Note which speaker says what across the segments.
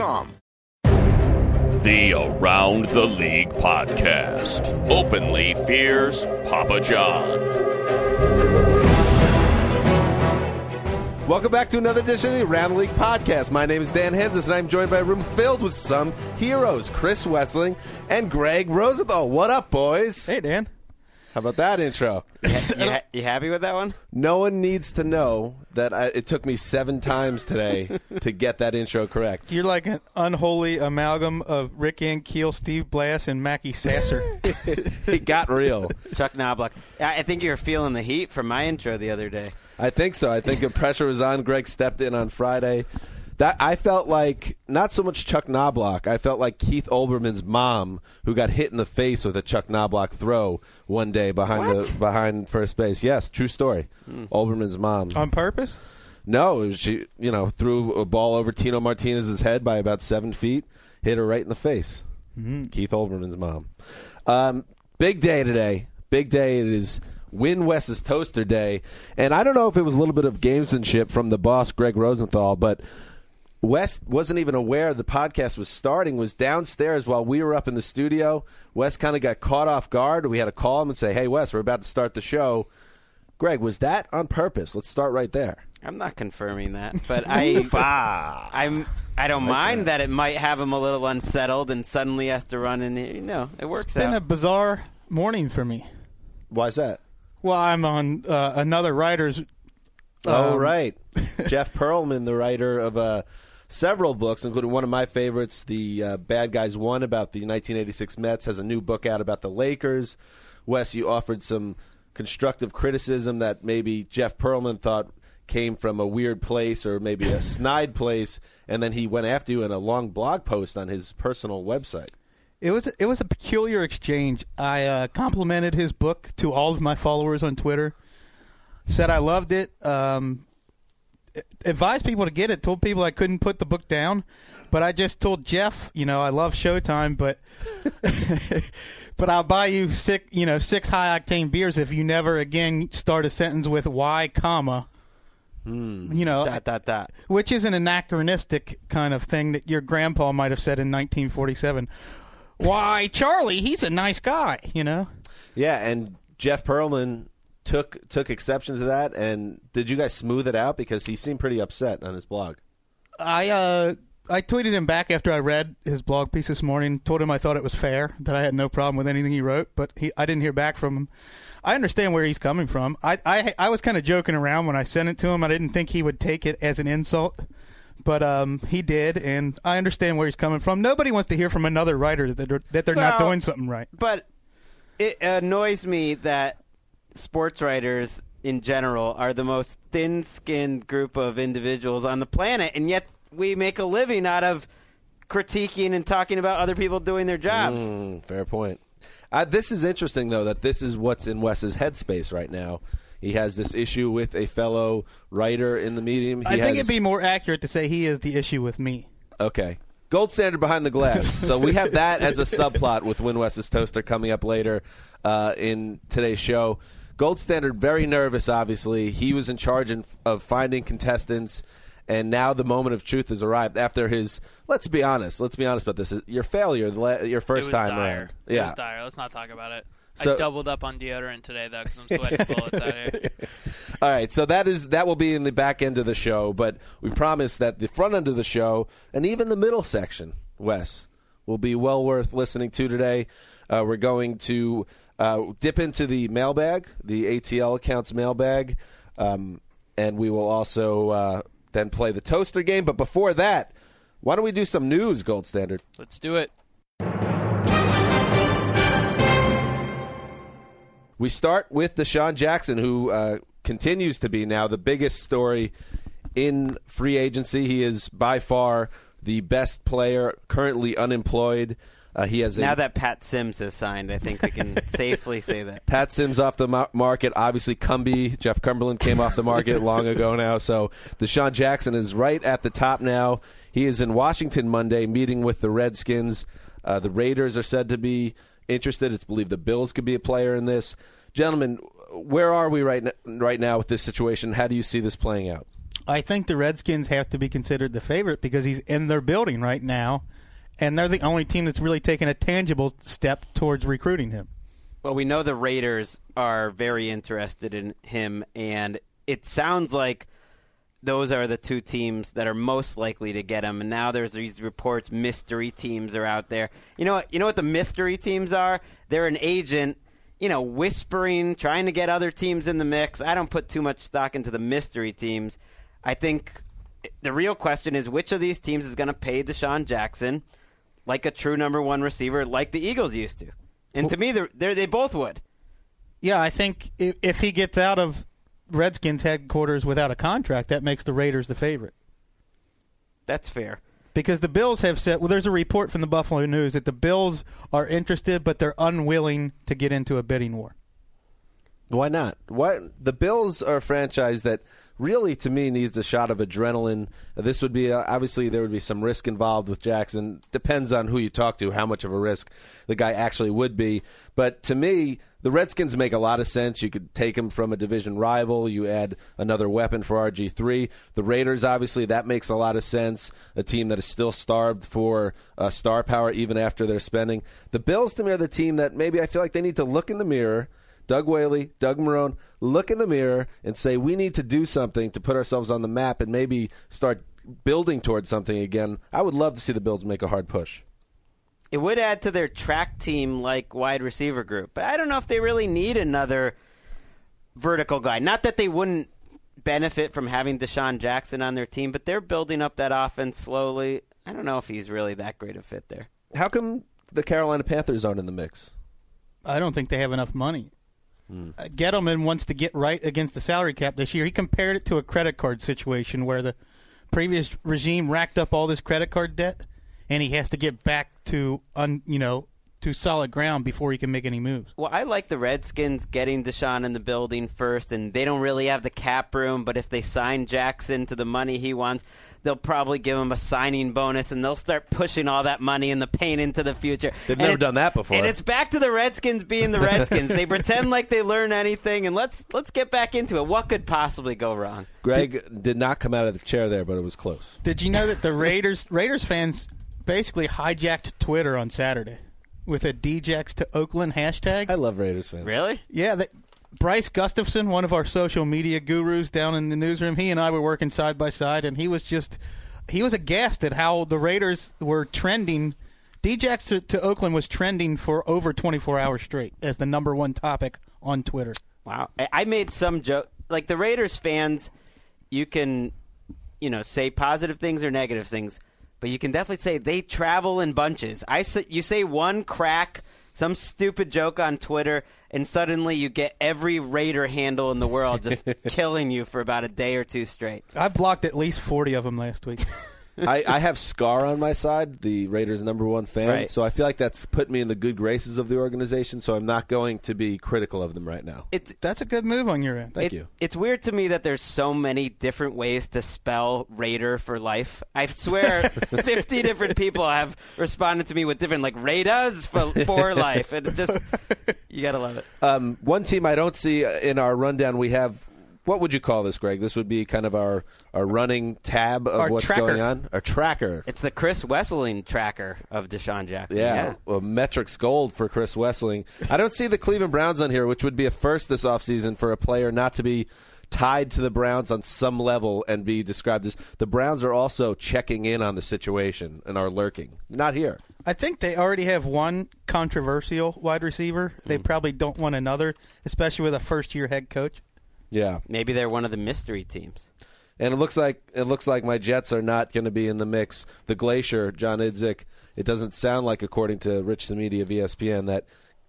Speaker 1: The Around the League podcast openly fears Papa John.
Speaker 2: Welcome back to another edition of the Round the League podcast. My name is Dan Hensis, and I'm joined by a room filled with some heroes Chris Wessling and Greg Rosenthal. What up, boys?
Speaker 3: Hey, Dan.
Speaker 2: How about that intro?
Speaker 4: You, ha- you happy with that one?
Speaker 2: No one needs to know that I, it took me seven times today to get that intro correct.
Speaker 3: You're like an unholy amalgam of Rick and Keel, Steve Blass, and Mackie Sasser.
Speaker 2: It got real.
Speaker 4: Chuck Knobloch. I I think you were feeling the heat from my intro the other day.
Speaker 2: I think so. I think the pressure was on. Greg stepped in on Friday. That I felt like not so much Chuck Knoblock. I felt like Keith Olbermann's mom, who got hit in the face with a Chuck Knoblock throw one day behind the behind first base. Yes, true story. Olbermann's mom.
Speaker 3: On purpose?
Speaker 2: no, it was- she you know threw a ball over Tino Martinez's head by about seven feet, hit her right in the face. Keith Olbermann's mom. Um, big day today. Big day. It is Win West's Toaster Day. And I don't know if it was a little bit of gamesmanship from the boss, Greg Rosenthal, but West wasn't even aware the podcast was starting, was downstairs while we were up in the studio. West kind of got caught off guard. We had to call him and say, hey, Wes, we're about to start the show. Greg, was that on purpose? Let's start right there.
Speaker 4: I'm not confirming that, but I
Speaker 3: ah.
Speaker 4: I'm I don't mind that it might have him a little unsettled and suddenly has to run in here. No, it works
Speaker 3: It's been a
Speaker 4: out.
Speaker 3: bizarre morning for me.
Speaker 2: Why's that?
Speaker 3: Well, I'm on uh, another writer's.
Speaker 2: Oh,
Speaker 3: um,
Speaker 2: right. Jeff Perlman, the writer of uh, several books, including one of my favorites, The uh, Bad Guys One, about the 1986 Mets, has a new book out about the Lakers. Wes, you offered some constructive criticism that maybe Jeff Perlman thought came from a weird place or maybe a snide place, and then he went after you in a long blog post on his personal website.
Speaker 3: It was it was a peculiar exchange. I uh, complimented his book to all of my followers on Twitter. Said I loved it. Um, advised people to get it. Told people I couldn't put the book down, but I just told Jeff, you know, I love Showtime, but but I'll buy you six, you know, six high octane beers if you never again start a sentence with why, comma. You know,
Speaker 4: Dot dot dot.
Speaker 3: which is an anachronistic kind of thing that your grandpa might have said in 1947. Why, Charlie, he's a nice guy, you know?
Speaker 2: Yeah, and Jeff Perlman took took exception to that. And did you guys smooth it out because he seemed pretty upset on his blog?
Speaker 3: I uh I tweeted him back after I read his blog piece this morning, told him I thought it was fair, that I had no problem with anything he wrote, but he I didn't hear back from him. I understand where he's coming from. I I, I was kind of joking around when I sent it to him. I didn't think he would take it as an insult. But um, he did, and I understand where he's coming from. Nobody wants to hear from another writer that they're, that they're not
Speaker 4: Well-
Speaker 3: doing something right.
Speaker 4: But it annoys me that sports writers in general are the most thin-skinned group of individuals on the planet, and yet we make a living out of critiquing and talking about other people doing their jobs.
Speaker 2: Fair point. Uh, this is interesting, though, that this is what's in Wes's headspace right now. He has this issue with a fellow writer in the medium. He
Speaker 3: I think it'd
Speaker 2: has-
Speaker 3: be more accurate to say he is the issue with me.
Speaker 2: Okay. Gold standard behind the glass. so we have that as a subplot with Win West's toaster coming up later uh, in today's show. Gold standard very nervous. Obviously, he was in charge in, of finding contestants, and now the moment of truth has arrived. After his, let's be honest, let's be honest about this. Your failure, the la- your first
Speaker 5: it was
Speaker 2: time
Speaker 5: dire.
Speaker 2: around.
Speaker 5: It
Speaker 2: Yeah,
Speaker 5: was dire. Let's not talk about it.
Speaker 2: So-
Speaker 5: I doubled up on deodorant today though because I'm sweating bullets out here.
Speaker 2: All right, so that is that will be in the back end of the show, but we promise that the front end of the show and even the middle section, Wes, will be well worth listening to today. Uh, we're going to uh, dip into the mailbag, the ATL accounts mailbag, um, and we will also uh, then play the toaster game. But before that, why don't we do some news, Gold Standard?
Speaker 5: Let's do it.
Speaker 2: We start with Deshaun Jackson, who uh, continues to be now the biggest story in free agency. He is by far the best player currently unemployed. Uh, he has a,
Speaker 4: Now that Pat Sims has signed, I think we can safely say that.
Speaker 2: Pat Sims off the mar- market. Obviously, Cumby Jeff Cumberland came off the market long ago now. So Deshaun Jackson is right at the top now. He is in Washington Monday meeting with the Redskins. Uh, the Raiders are said to be interested. It's believed the Bills could be a player in this. Gentlemen, where are we right n- right now with this situation? How do you see this playing out?
Speaker 3: I think the Redskins have to be considered the favorite because he's in their building right now, and they're the only team that's really taken a tangible step towards recruiting him.
Speaker 4: Well, we know the Raiders are very interested in him, and it sounds like those are the two teams that are most likely to get him. And now there's these reports mystery teams are out there. You know what? You know what the mystery teams are? They're an agent, you know, whispering, trying to get other teams in the mix. I don't put too much stock into the mystery teams. I think the real question is which of these teams is going to pay Deshaun Jackson like a true number one receiver, like the Eagles used to. And to me, they're, they're, they both would.
Speaker 3: Yeah, I think if, if he gets out of Redskins headquarters without a contract, that makes the Raiders the favorite.
Speaker 4: That's fair.
Speaker 3: because the Bills have said, well, there's a report from the Buffalo News that the Bills are interested, but they're unwilling to get into a bidding war.
Speaker 2: Why not? What the Bills are a franchise that really, to me, needs a shot of adrenaline. This would be uh, obviously there would be some risk involved with Jackson. Depends on who you talk to, how much of a risk the guy actually would be. But to me, the Redskins make a lot of sense. You could take him from a division rival. You add another weapon for RG three. The Raiders, obviously, that makes a lot of sense. A team that is still starved for uh, star power, even after their spending. The Bills, to me, are the team that maybe I feel like they need to look in the mirror. Doug Whaley, Doug Marone, look in the mirror and say, we need to do something to put ourselves on the map and maybe start building towards something again. I would love to see the Bills make a hard push.
Speaker 4: It would add to their track team like wide receiver group, but I don't know if they really need another vertical guy. Not that they wouldn't benefit from having Deshaun Jackson on their team, but they're building up that offense slowly. I don't know if he's really that great a fit there.
Speaker 2: How come the Carolina Panthers aren't in the mix?
Speaker 3: I don't think they have enough money. Uh, Gettleman wants to get right against the salary cap this year. He compared it to a credit card situation where the previous regime racked up all this credit card debt, and he has to get back to un, you know to solid ground before he can make any moves.
Speaker 4: Well, I like the Redskins getting Deshaun in the building first, and they don't really have the cap room. But if they sign Jackson to the money he wants, they'll probably give him a signing bonus, and they'll start pushing all that money and the pain into the future.
Speaker 2: They've
Speaker 4: And
Speaker 2: never
Speaker 4: it-
Speaker 2: done that before.
Speaker 4: And it's back to the Redskins being the Redskins. they pretend like they learn anything, and let's let's get back into it. What could possibly go wrong?
Speaker 2: Greg did, not come out of the chair there, but it was close.
Speaker 3: Did you know that the Raiders Raiders fans basically hijacked Twitter on Saturday with a DJX to Oakland hashtag?
Speaker 2: I love Raiders fans.
Speaker 4: Really?
Speaker 3: Yeah, that, Bryce Gustafson, one of our social media gurus down in the newsroom, he and I were working side by side, and he was just he was aghast at how the Raiders were trending. Djax to, to Oakland was trending for over 24 hours straight as the number one topic on Twitter.
Speaker 4: Wow. I, I made some joke. Like the Raiders fans, you can, you know, say positive things or negative things, but you can definitely say they travel in bunches. I say, you say one crack, some stupid joke on Twitter, and suddenly you get every Raider handle in the world just killing you for about a day or two straight.
Speaker 3: I blocked at least 40 of them last week.
Speaker 2: I, I have Scar on my side, the Raiders' number one fan,
Speaker 4: Right.
Speaker 2: so I feel like that's put me in the good graces of the organization. So I'm not going to be critical of them right now.
Speaker 4: It's
Speaker 3: That's a good move on your end.
Speaker 2: Thank
Speaker 4: It-
Speaker 2: you.
Speaker 4: It's weird to me that there's so many different ways to spell Raider for life. I swear, 50 different people have responded to me with different, like, Raiders for, for life. And it just, you got to love it.
Speaker 2: Um, one team I don't see uh, in our rundown. We have what would you call this, Greg? This would be kind of our our running tab of
Speaker 3: Our
Speaker 2: what's
Speaker 3: tracker.
Speaker 2: going on. Our tracker.
Speaker 4: It's the Chris Wesseling tracker of Deshaun Jackson.
Speaker 2: Yeah, Well, metrics gold for Chris Wessling. I don't see the Cleveland Browns on here, which would be a first this offseason for a player not to be tied to the Browns on some level and be described as the Browns are also checking in on the situation and are lurking. Not here.
Speaker 3: I think they already have one controversial wide receiver. They probably don't want another, especially with a first year head coach.
Speaker 2: Yeah,
Speaker 4: Maybe they're one of the mystery teams.
Speaker 2: and it looks like it looks like my Jets are not going to be in the mix. The Glacier, John Idzik. It doesn't sound like, according to Rich the Media of E ESPN, that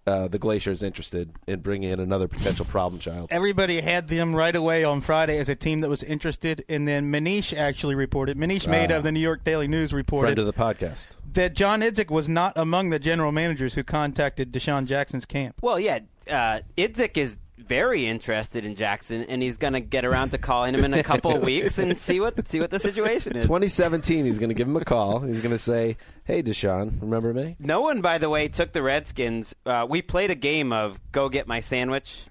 Speaker 2: uh, the Glacier is interested in bringing in another potential problem child.
Speaker 3: Everybody had them right away on Friday as a team that was interested, and then Manish actually reported. Manish made of the New York Daily News reported
Speaker 2: Ah. Friend of the podcast.
Speaker 3: that John Idzik was not among the general managers who contacted Deshaun Jackson's camp.
Speaker 4: Well, yeah, uh, Idzik is very interested in Jackson, and he's going to get around to calling him in a couple of weeks and see what see what the situation is.
Speaker 2: 2017, he's going to give him a call. He's going to say, "Hey, Deshaun, remember me?"
Speaker 4: No one, by the way, took the Redskins. Uh, we played a game of "Go Get My Sandwich."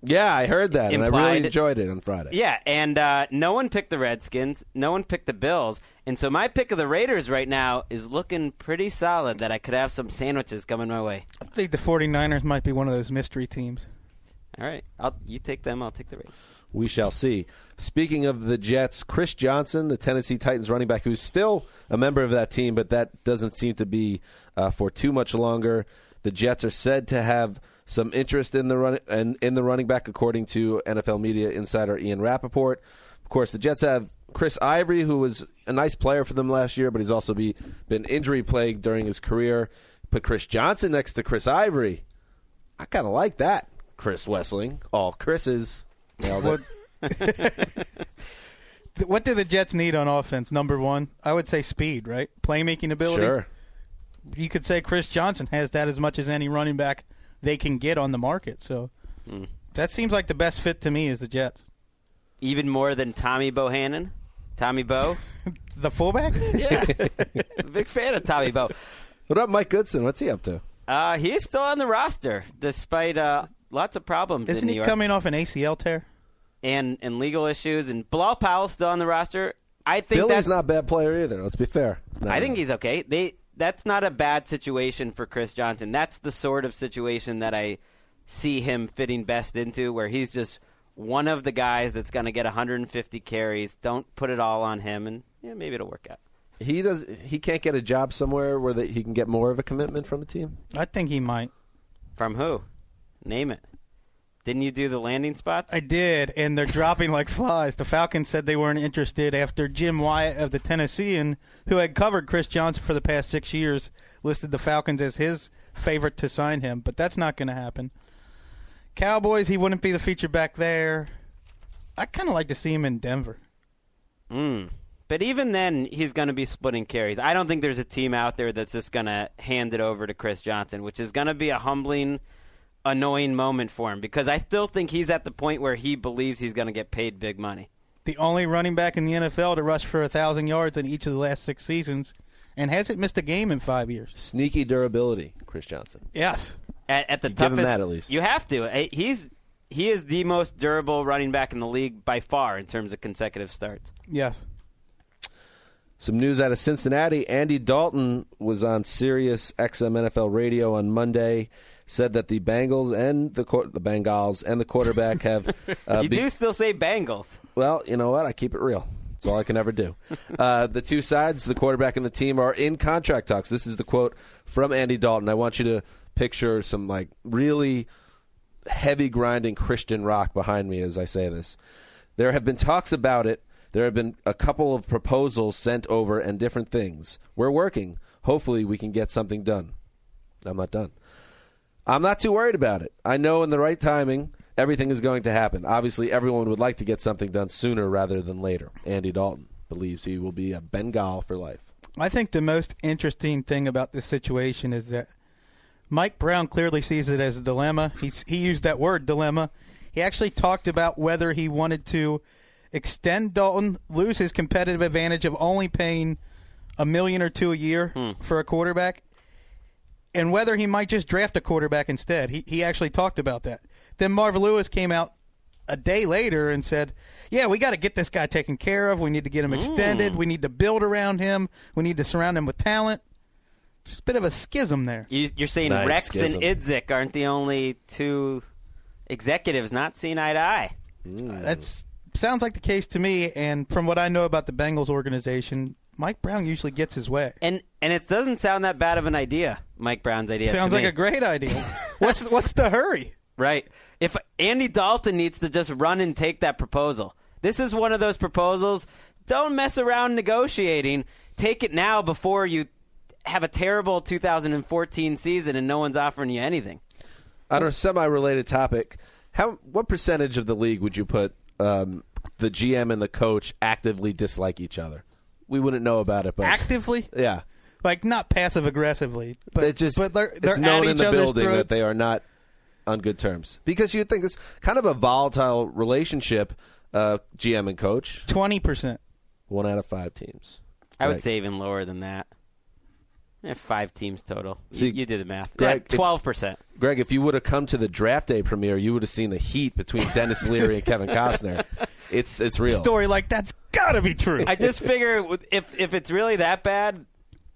Speaker 2: Yeah, I heard that, and I really
Speaker 4: Implied-
Speaker 2: enjoyed it on Friday.
Speaker 4: Yeah, and uh, no one picked the Redskins. No one picked the Bills. And so my pick of the Raiders right now is looking pretty solid. That I could have some sandwiches coming my way.
Speaker 3: I think the 49ers might be one of those mystery teams.
Speaker 4: All right, I'll, you take them. I'll take the Raiders.
Speaker 2: We shall see. Speaking of the Jets, Chris Johnson, the Tennessee Titans running back, who's still a member of that team, but that doesn't seem to be uh, for too much longer. The Jets are said to have some interest in the run and in the running back, according to NFL media insider Ian Rappaport. Of course, the Jets have Chris Ivory, who was a nice player for them last year, but he's also be, been injury plagued during his career. Put Chris Johnson next to Chris Ivory. I kind of like that, Chris Wessling. All Chris's. Nailed it.
Speaker 3: Th- What do the Jets need on offense? Number one, I would say speed, right? Playmaking ability.
Speaker 2: Sure.
Speaker 3: you could say Chris Johnson has that as much as any running back they can get on the market. So
Speaker 2: Hmm.
Speaker 3: that seems like the best fit to me is the Jets.
Speaker 4: Even more than Tommy Bohannon, Tommy Bo.
Speaker 3: The fullback?
Speaker 4: yeah, big fan of Tommy Bo.
Speaker 2: What about Mike Goodson? What's he up to?
Speaker 4: Uh, he's still on the roster despite uh, lots of problems. in
Speaker 3: Isn't
Speaker 4: New
Speaker 3: he
Speaker 4: York.
Speaker 3: coming off an ACL tear?
Speaker 4: and and legal issues and Bilal Powell's still on the roster. I think
Speaker 2: Billy's
Speaker 4: that's
Speaker 2: not a bad player either. Let's be fair. No,
Speaker 4: I
Speaker 2: no.
Speaker 4: think he's okay. They that's not a bad situation for Chris Johnson. That's the sort of situation that I see him fitting best into where he's just one of the guys that's going to get 150 carries. Don't put it all on him and yeah, maybe it'll work out.
Speaker 2: he does. He can't get a job somewhere where that he can get more of a commitment from a team.
Speaker 3: I think he might.
Speaker 4: From who? Name it. Didn't you do the landing spots?
Speaker 3: I did, and they're dropping like flies. The Falcons said they weren't interested after Jim Wyatt of the Tennessean, who had covered Chris Johnson for the past six years, listed the Falcons as his favorite to sign him, but that's not going to happen. Cowboys, he wouldn't be the feature back there. I kind of like to see him in Denver.
Speaker 4: Mm. But even then, he's going to be splitting carries. I don't think there's a team out there that's just going to hand it over to Chris Johnson, which is going to be a humbling, annoying moment for him because I still think he's at the point where he believes he's going to get paid big money.
Speaker 3: the only running back in the NFL to rush for a thousand yards in each of the last six seasons, and hasn't missed a game in five years.
Speaker 2: Sneaky durability, Chris Johnson.
Speaker 3: Yes,
Speaker 4: At, at the
Speaker 2: give him
Speaker 4: toughest,
Speaker 2: that at least.
Speaker 4: you have to. I- He's he is the most durable running back in the league by far in terms of consecutive starts.
Speaker 3: yes.
Speaker 2: Some news out of Cincinnati. Andy Dalton was on Sirius XM NFL Radio on Monday. Said that the Bengals and the court, the Bengals and the quarterback have uh,
Speaker 4: you
Speaker 2: be-
Speaker 4: do still say Bengals.
Speaker 2: Well, you know what? I keep it real. It's all I can ever do. Uh, the two sides, the quarterback and the team, are in contract talks. This is the quote from Andy Dalton. I want you to picture some like really heavy grinding Christian rock behind me as I say this. There have been talks about it. There have been a couple of proposals sent over and different things. We're working. Hopefully, we can get something done. I'm not done. I'm not too worried about it. I know in the right timing, everything is going to happen. Obviously, everyone would like to get something done sooner rather than later. Andy Dalton. believes he will be a Bengal for life.
Speaker 3: I think the most interesting thing about this situation is that Mike Brown clearly sees it as a dilemma. He's, he used that word, dilemma. He actually talked about whether he wanted to extend Dalton, lose his competitive advantage of only paying a million or two a year for a quarterback, and whether he might just draft a quarterback instead. He, he actually talked about that. Then Marv Lewis came out a day later and said, Yeah, we got to get this guy taken care of. We need to get him
Speaker 2: Hmm.
Speaker 3: extended. We need to build around him. We need to surround him with talent. Just a bit of a schism there.
Speaker 4: You, you're saying
Speaker 2: Nice
Speaker 4: Rex
Speaker 2: schism.
Speaker 4: and Idzik aren't the only two executives not seeing eye to
Speaker 3: Uh,
Speaker 4: eye.
Speaker 2: Hmm.
Speaker 3: That's sounds like the case to me. And from what I know about the Bengals organization, Mike Brown usually gets his way.
Speaker 4: And and it doesn't sound that bad of an idea, Mike Brown's idea. to
Speaker 3: Sounds like
Speaker 4: me.
Speaker 3: a great idea. what's what's the hurry?
Speaker 4: Right. If Andy Dalton needs to just run and take that proposal. This is one of those proposals. Don't mess around negotiating. Take it now before you have a terrible 2014 season and no one's offering you anything.
Speaker 2: On a semi-related topic, how what percentage of the league would you put um, the GM and the coach actively dislike each other? We wouldn't know about it, but
Speaker 3: Actively,
Speaker 2: yeah,
Speaker 3: like not passive aggressively, but
Speaker 2: it just
Speaker 3: but they're, they're
Speaker 2: it's
Speaker 3: at
Speaker 2: known in
Speaker 3: each
Speaker 2: the
Speaker 3: other's
Speaker 2: building that
Speaker 3: throats.
Speaker 2: they are not on good terms because you'd think it's kind of a volatile relationship, uh, GM and coach.
Speaker 3: twenty percent.
Speaker 2: One out of five teams.
Speaker 4: I would
Speaker 2: Right.
Speaker 4: say even lower than that. Eh, five teams total. You-
Speaker 2: See,
Speaker 4: you, did the math.
Speaker 2: Greg, if-
Speaker 4: yeah, 12%.
Speaker 2: Greg, if you would have come to the draft day premiere, you would have seen the heat between Dennis Leary and Kevin Costner. It's it's real.
Speaker 3: Story like that's gotta be true.
Speaker 4: I just figure with- if if it's really that bad,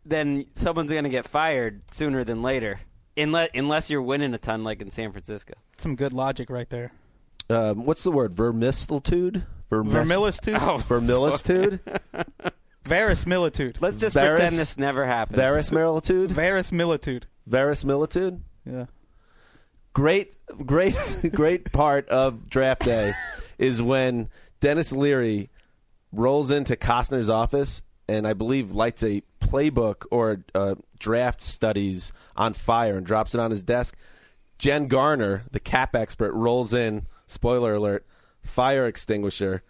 Speaker 4: then someone's going to get fired sooner than later. Unless, unless you're winning a ton like in San Francisco.
Speaker 3: Some good logic right there.
Speaker 2: Um, what's the word? Vermislitude. Vermis-
Speaker 3: Vermilistude,
Speaker 2: Oh, Vermilistude.
Speaker 3: verisimilitude,
Speaker 4: Let's just
Speaker 2: Varys-
Speaker 4: pretend this never happened.
Speaker 2: Verismilitude.
Speaker 3: verisimilitude.
Speaker 2: Verismilitude.
Speaker 3: Yeah.
Speaker 2: Great, great, great part of draft day is when Dennis Leary rolls into Costner's office and I believe lights a playbook or uh, draft studies on fire and drops it on his desk. Jen Garner, the cap expert, rolls in. Spoiler alert: fire extinguisher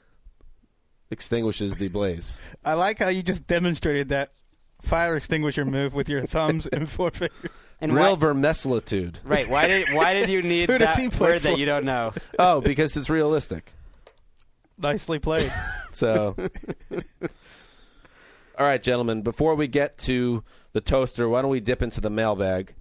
Speaker 2: extinguishes the blaze.
Speaker 3: I like how you just demonstrated that fire extinguisher move with your thumbs and forefinger.
Speaker 4: and
Speaker 2: Real
Speaker 4: why-
Speaker 2: vermislitude.
Speaker 4: Right. Why did why did you need
Speaker 3: Who does
Speaker 4: that
Speaker 3: he play
Speaker 4: word
Speaker 3: for?
Speaker 4: that you don't know?
Speaker 2: Oh, because it's realistic.
Speaker 3: Nicely played.
Speaker 2: So, all right, gentlemen. Before we get to the toaster, why don't we dip into the mailbag?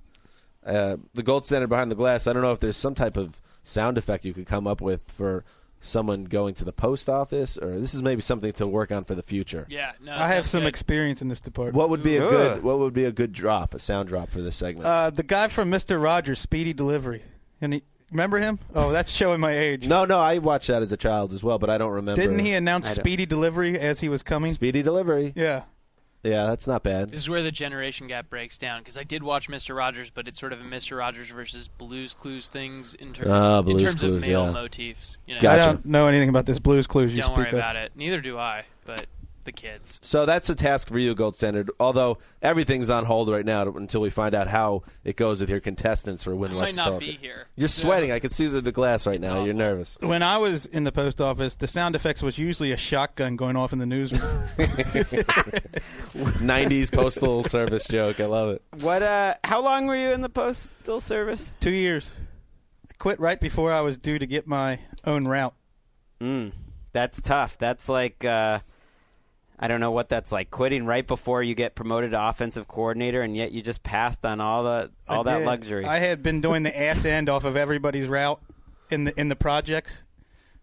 Speaker 2: Uh, the gold standard behind the glass. I don't know if there's some type of sound effect you could come up with for someone going to the post office, or this is maybe something to work on for the future.
Speaker 5: Yeah, no.
Speaker 3: I
Speaker 5: that
Speaker 3: have
Speaker 5: sounds
Speaker 3: some
Speaker 5: good.
Speaker 3: experience in this department.
Speaker 2: What would be a
Speaker 4: Ooh.
Speaker 2: good What would be a good drop, a sound drop for this segment?
Speaker 3: Uh, the guy from Mister Rogers, Speedy Delivery, and he, remember him? Oh, that's showing my age.
Speaker 2: no, no, I watched that as a child as well, but I don't remember.
Speaker 3: Didn't he announce
Speaker 4: I don't-
Speaker 3: Speedy Delivery as he was coming?
Speaker 2: Speedy delivery.
Speaker 3: yeah.
Speaker 2: Yeah, that's not bad.
Speaker 5: This is where the generation gap breaks down because I did watch Mister Rogers, but it's sort of a Mister Rogers versus Blues Clues things in, ter-
Speaker 2: Ah,
Speaker 5: in
Speaker 2: Blues
Speaker 5: terms
Speaker 2: Clues,
Speaker 5: of male
Speaker 2: yeah.
Speaker 5: motifs. You know,
Speaker 2: Got- Gotcha.
Speaker 3: I don't know anything about this Blues Clues uh, you
Speaker 5: don't
Speaker 3: speak
Speaker 5: worry
Speaker 3: of.
Speaker 5: about it. Neither do I, but the kids.
Speaker 2: So that's a task for you, Gold Standard. Although everything's on hold right now until we find out how it goes with your contestants for Win
Speaker 5: I
Speaker 2: Less
Speaker 5: might not
Speaker 2: Talk.
Speaker 5: be here.
Speaker 2: You're
Speaker 5: So-
Speaker 2: sweating. I can see through the glass right now. You're nervous.
Speaker 3: When I was in the post office, the sound effects was usually a shotgun going off in the newsroom.
Speaker 2: 90s postal service joke. I love it.
Speaker 4: What? Uh, how long were you in the postal service?
Speaker 3: Two years. I quit right before I was due to get my own route.
Speaker 4: Mm, that's tough. That's like uh, I don't know what that's like. Quitting right before you get promoted to offensive coordinator, and yet you just passed on all the
Speaker 3: I
Speaker 4: all that
Speaker 3: did.
Speaker 4: luxury.
Speaker 3: I had been doing the ass end off of everybody's route in the in the projects,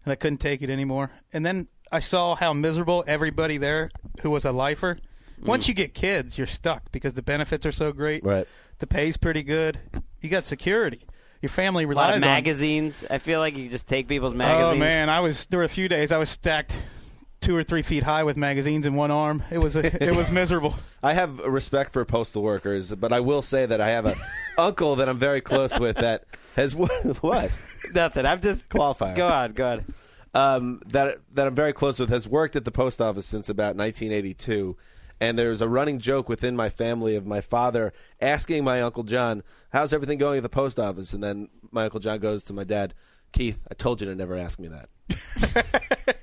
Speaker 3: and I couldn't take it anymore. And then I saw how miserable everybody there who was a lifer. Once
Speaker 4: Mm.
Speaker 3: you get kids, you're stuck because the benefits are so great.
Speaker 2: Right.
Speaker 3: The pay's pretty good. You got security. Your family
Speaker 4: a lot
Speaker 3: relies
Speaker 4: of
Speaker 3: on
Speaker 4: magazines. I feel like you just take people's
Speaker 3: Oh
Speaker 4: magazines.
Speaker 3: man, I was there were a few days I was stacked two or three feet high with magazines in one arm. It was a, it was miserable.
Speaker 2: I have respect for postal workers, but I will say that I have an uncle that I'm very close with that has what?
Speaker 4: Nothing. I'm just
Speaker 2: Qualifier.
Speaker 4: Go on. Go on.
Speaker 2: um, that that I'm very close with has worked at the post office since about 1982. And there's a running joke within my family of my father asking my uncle John, "How's everything going at the post office?" And then my uncle John goes to my dad, "Keith, I told you to never ask me that."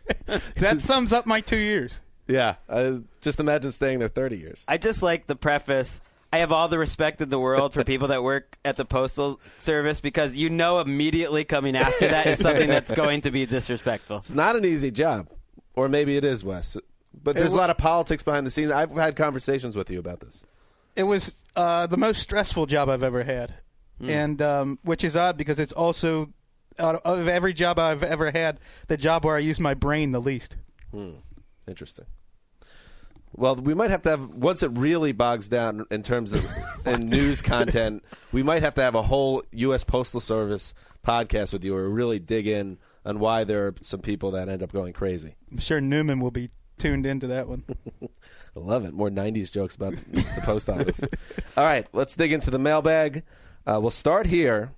Speaker 3: That sums up my two years.
Speaker 2: Yeah, I, just imagine staying there 30 years.
Speaker 4: I just like the preface. I have all the respect in the world for people that work at the postal service because you know immediately coming after that is something that's going to be disrespectful.
Speaker 2: It's not an easy job, or maybe it is, Wes. But there's a lot of politics behind the scenes. I've had conversations with you about this.
Speaker 3: It was uh, the most stressful job I've ever had,
Speaker 4: Hmm.
Speaker 3: and um, which is odd because it's also out of every job I've ever had, the job where I use my brain the least.
Speaker 2: Interesting. Well, we might have to have once it really bogs down in terms of and news content. We might have to have a whole U.S. Postal Service podcast with you, or really dig in on why there are some people that end up going crazy.
Speaker 3: I'm sure Newman will be tuned into that one.
Speaker 2: I love it. More 90s jokes about the post office. All right, let's dig into the mailbag. Uh, we'll start here.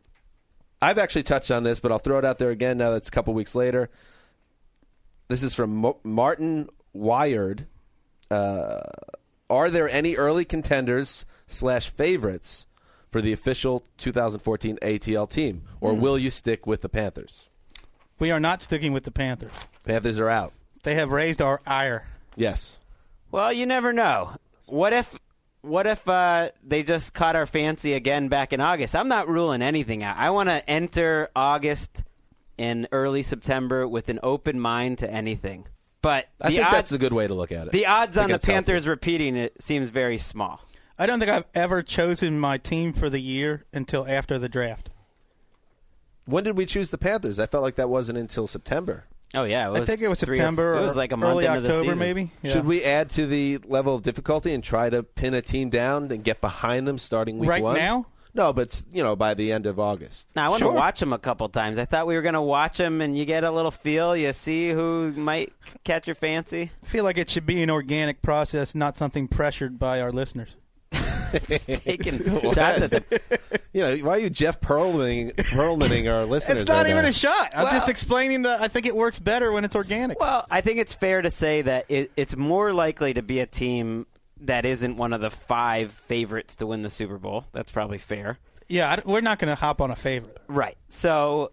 Speaker 2: I've actually touched on this, but I'll throw it out there again now that it's a couple weeks later. This is from Mo- Martin Wired. Uh, are there any early contenders slash favorites for the official 2014 ATL team, or
Speaker 4: Hmm.
Speaker 2: will you stick with the Panthers?
Speaker 3: we are not sticking with the Panthers.
Speaker 2: Panthers are out.
Speaker 3: They have raised our ire.
Speaker 2: Yes.
Speaker 4: Well, you never know. What if what if uh, they just caught our fancy again back in August? I'm not ruling anything out. I want to enter August and early September with an open mind to anything. But
Speaker 2: I
Speaker 4: the
Speaker 2: think
Speaker 4: odds,
Speaker 2: that's a good way to look at it.
Speaker 4: the odds
Speaker 2: I
Speaker 4: on
Speaker 2: think that's
Speaker 4: the
Speaker 2: healthy.
Speaker 4: Panthers repeating it seems very small.
Speaker 3: I don't think I've ever chosen my team for the year until after the draft.
Speaker 2: When did we choose the Panthers? I felt like that wasn't until September.
Speaker 4: Oh yeah,
Speaker 3: I think it was
Speaker 4: three
Speaker 3: September
Speaker 4: Or,
Speaker 3: or
Speaker 4: it was like a month
Speaker 3: early
Speaker 4: into the
Speaker 3: October,
Speaker 4: season.
Speaker 3: maybe. Yeah.
Speaker 2: Should we add to the level of difficulty and try to pin a team down and get behind them starting week
Speaker 3: Right
Speaker 2: one?
Speaker 3: now?
Speaker 2: No, but you know, by the end of August.
Speaker 4: Now, I want
Speaker 3: Sure.
Speaker 4: to watch them a couple times. I thought we were going to watch them, and you get a little feel. You see who might catch your fancy.
Speaker 3: I feel like it should be an organic process, not something pressured by our listeners.
Speaker 4: Just taking shots at them.
Speaker 2: You know, why are you Jeff Perlmaning, Perlmaning our listeners?
Speaker 3: It's not
Speaker 2: right
Speaker 3: even
Speaker 2: now?
Speaker 3: a shot. I'm
Speaker 4: Well-
Speaker 3: just explaining that I think it works better when it's organic.
Speaker 4: Well, I think it's fair to say that it, it's more likely to be a team that isn't one of the five favorites to win the Super Bowl. That's probably fair.
Speaker 3: Yeah, I, we're not going to hop on a favorite.
Speaker 4: Right. So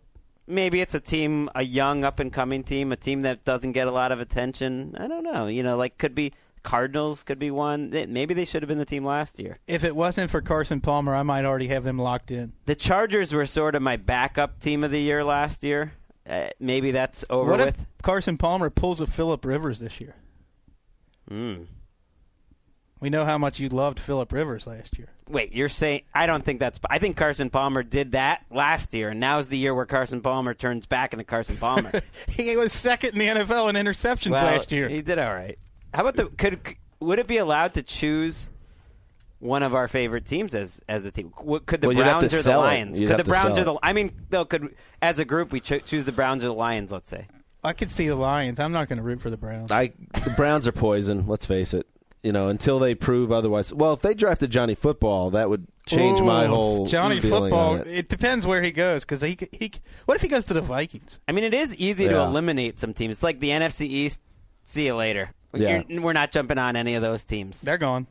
Speaker 4: maybe it's a team, a young up and coming team, a team that doesn't get a lot of attention. I don't know. You know, like could be Cardinals could be one. They- Maybe they should have been the team last year.
Speaker 3: If it wasn't for Carson Palmer, I might already have them locked in.
Speaker 4: The Chargers were sort of my backup team of the year last year. Uh, maybe that's over
Speaker 3: what
Speaker 4: with.
Speaker 3: if Carson Palmer pulls a Philip Rivers this year?
Speaker 2: Hmm.
Speaker 3: We know how much you loved Philip Rivers last year.
Speaker 4: Wait, you're saying I don't think that's. I think Carson Palmer did that last year, and now's the year where Carson Palmer turns back into Carson Palmer.
Speaker 3: He was second in the NFL in interceptions
Speaker 4: Well,
Speaker 3: last year.
Speaker 4: he did all right. How about the could? Would it be allowed to choose one of our favorite teams as as the team? Would- Could the
Speaker 2: Well, you'd have to
Speaker 4: Browns or the
Speaker 2: sell it.
Speaker 4: Lions?
Speaker 2: You'd have
Speaker 4: Could the
Speaker 2: to
Speaker 4: Browns
Speaker 2: sell
Speaker 4: or the? I mean, though, could as a group we cho- choose the Browns or the Lions? Let's say.
Speaker 3: I could see the Lions. I'm not going to root for the Browns.
Speaker 2: I the Browns are poison. Let's face it. You know, until they prove otherwise. Well, if they drafted Johnny Football, that would change my
Speaker 3: Ooh,
Speaker 2: whole
Speaker 3: Johnny
Speaker 2: feeling
Speaker 3: Football.
Speaker 2: on
Speaker 3: It.
Speaker 2: it.
Speaker 3: depends where he goes because he c- he. c- What if he goes to the Vikings?
Speaker 4: I mean, it is easy to
Speaker 2: Yeah.
Speaker 4: eliminate some teams. It's like the NFC East. See you later.
Speaker 2: Yeah.
Speaker 4: You're- we're not jumping on any of those teams.
Speaker 3: They're gone.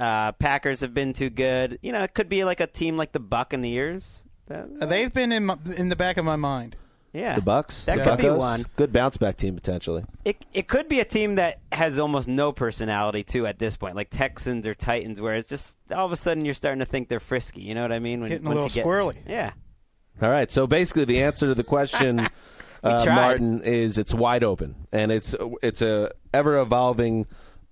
Speaker 4: Uh, Packers have been too good. You know, it could be like a team like the Buccaneers. That-
Speaker 3: Uh, They've been in my, in the back of my mind.
Speaker 4: yeah,
Speaker 2: The Bucks.
Speaker 4: That
Speaker 2: The
Speaker 4: could be
Speaker 2: Buccos?
Speaker 4: one.
Speaker 2: Good bounce back team potentially.
Speaker 4: It it could be a team that has almost no personality too at this point, like Texans or Titans, where it's just all of a sudden you're starting to think they're frisky. You know what I mean? When,
Speaker 3: Getting a
Speaker 4: once
Speaker 3: little
Speaker 4: you get-
Speaker 3: squirrely.
Speaker 4: Yeah,
Speaker 2: All right. So basically, the answer to the question, uh,
Speaker 4: tried.
Speaker 2: Martin, is it's wide open, and it's it's a ever evolving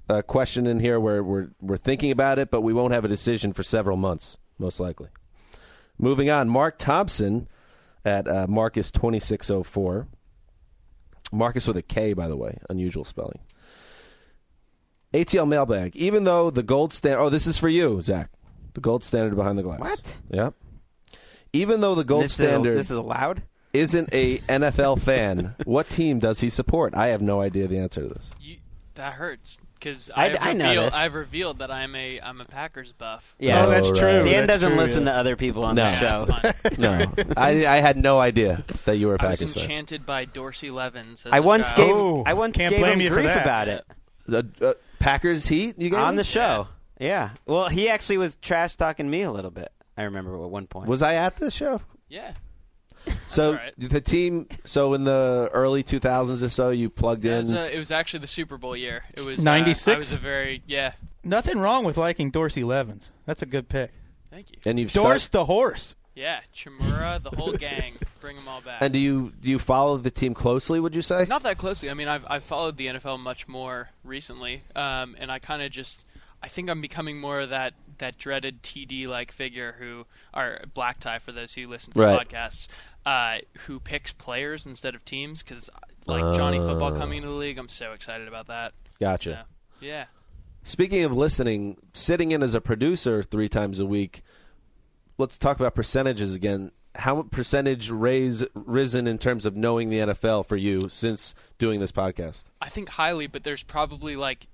Speaker 2: uh, question in here where we're we're thinking about it, but we won't have a decision for several months, most likely. Moving on, Mark Thompson at uh, Marcus twenty six oh four. Marcus with a K, by the way, unusual spelling. ATL mailbag. Even though the gold standard, oh, this is for you, Zach. The gold standard behind the glass.
Speaker 4: What?
Speaker 2: Yep. Even though the gold
Speaker 4: this
Speaker 2: standard
Speaker 4: Is, this is allowed.
Speaker 2: isn't a NFL fan, what team does he support? I have no idea the answer to this.
Speaker 5: You, that hurts because
Speaker 4: I-
Speaker 5: I've,
Speaker 4: I know
Speaker 5: revealed-
Speaker 4: this.
Speaker 5: I've revealed that I'm a I'm a Packers buff.
Speaker 4: Yeah,
Speaker 3: Oh, that's
Speaker 2: right.
Speaker 3: true.
Speaker 4: Dan
Speaker 3: That's
Speaker 4: doesn't
Speaker 3: true,
Speaker 4: listen
Speaker 3: yeah.
Speaker 4: to other people on
Speaker 2: No.
Speaker 4: the
Speaker 2: Yeah,
Speaker 4: show.
Speaker 5: That's fine.
Speaker 2: No, I, I had no idea that you were a
Speaker 5: I was
Speaker 2: Packers fan.
Speaker 5: enchanted by Dorsey Levens. As
Speaker 4: I
Speaker 5: a
Speaker 4: once
Speaker 5: child.
Speaker 4: gave
Speaker 3: Oh,
Speaker 4: I once
Speaker 3: can't
Speaker 4: gave
Speaker 3: blame
Speaker 4: him
Speaker 3: you for
Speaker 4: grief
Speaker 3: that.
Speaker 4: about it
Speaker 2: The, uh, Packers Heat? You gave
Speaker 4: on
Speaker 2: him?
Speaker 4: the show. Yeah. Well, he actually was trash talking me a little bit. I remember at one point.
Speaker 2: Was I at this show?
Speaker 5: Yeah.
Speaker 2: So
Speaker 5: all right.
Speaker 2: the team. So in the early 2000s or so, you plugged
Speaker 5: It
Speaker 2: in.
Speaker 5: was, uh, it was actually the Super Bowl year. It was uh,
Speaker 3: 96?
Speaker 5: I was a very yeah.
Speaker 3: Nothing wrong with liking Dorsey Levens. That's a good pick.
Speaker 5: Thank you.
Speaker 2: and you've
Speaker 3: Dorsey
Speaker 2: start-
Speaker 3: the horse.
Speaker 5: Yeah, Chimura, the whole gang, bring them all back.
Speaker 2: And do you do you follow the team closely? Would you say?
Speaker 5: Not that closely. I mean, I've I've followed the NFL much more recently, um, and I kind of just I think I'm becoming more of that that dreaded TD like figure who are black tie for those who listen to
Speaker 2: Right.
Speaker 5: the podcasts, uh, who picks players instead of teams because like Johnny Football coming into the league, I'm so excited about that.
Speaker 2: Gotcha.
Speaker 5: So, yeah.
Speaker 2: Speaking of listening, sitting in as a producer three times a week, let's talk about percentages again. How percentage raise risen in terms of knowing the NFL for you since doing this podcast?
Speaker 5: I think highly, but there's probably like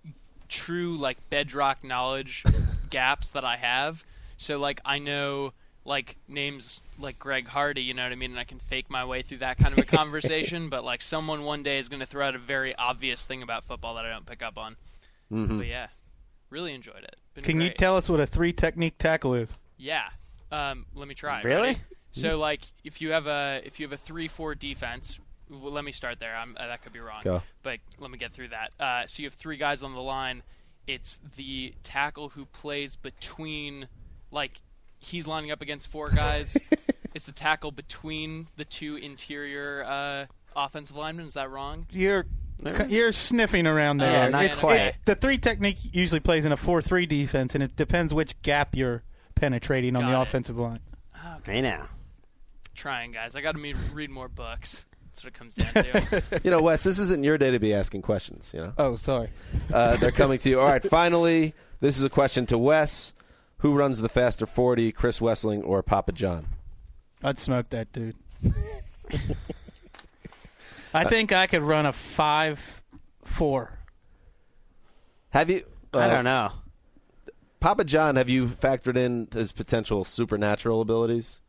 Speaker 5: true like bedrock knowledge gaps that I have. So like I know like names like Greg Hardy, you know what I mean, and I can fake my way through that kind of a conversation. but like someone one day is going to throw out a very obvious thing about football that I don't pick up on. But yeah, really enjoyed it. Been
Speaker 3: Can you
Speaker 5: great.
Speaker 3: tell us what a three technique tackle is?
Speaker 5: Yeah. Um, let me try.
Speaker 4: Really?
Speaker 5: Ready? So like, if you have a if you have a three four defense, well, let me start there. I'm, uh, that could be wrong.
Speaker 2: Go.
Speaker 5: But let me get through that. Uh, so you have three guys on the line. It's the tackle who plays between, like, he's lining up against four guys. it's the tackle between the two interior uh, offensive linemen. Is that wrong?
Speaker 3: You're you're sniffing around there.
Speaker 4: Yeah, not
Speaker 3: It's-
Speaker 4: quite.
Speaker 3: it- the three technique usually plays in a four three defense, and it depends which gap you're penetrating on
Speaker 5: Got
Speaker 3: the
Speaker 5: it.
Speaker 3: offensive line.
Speaker 4: Hey now.
Speaker 5: Trying guys. I got to me- read more books. That's what it comes down to.
Speaker 2: You know, Wes, this isn't your day to be asking questions. You know,
Speaker 3: Oh, sorry.
Speaker 2: uh, they're coming to you. All right, finally, this is a question to Wes: Who runs the faster forty, Chris Wessling or Papa John?
Speaker 3: I'd smoke that dude. I think I could run a five four.
Speaker 2: Have you?
Speaker 4: I
Speaker 2: uh,
Speaker 4: don't know.
Speaker 2: Papa John. Have you factored in his potential supernatural abilities?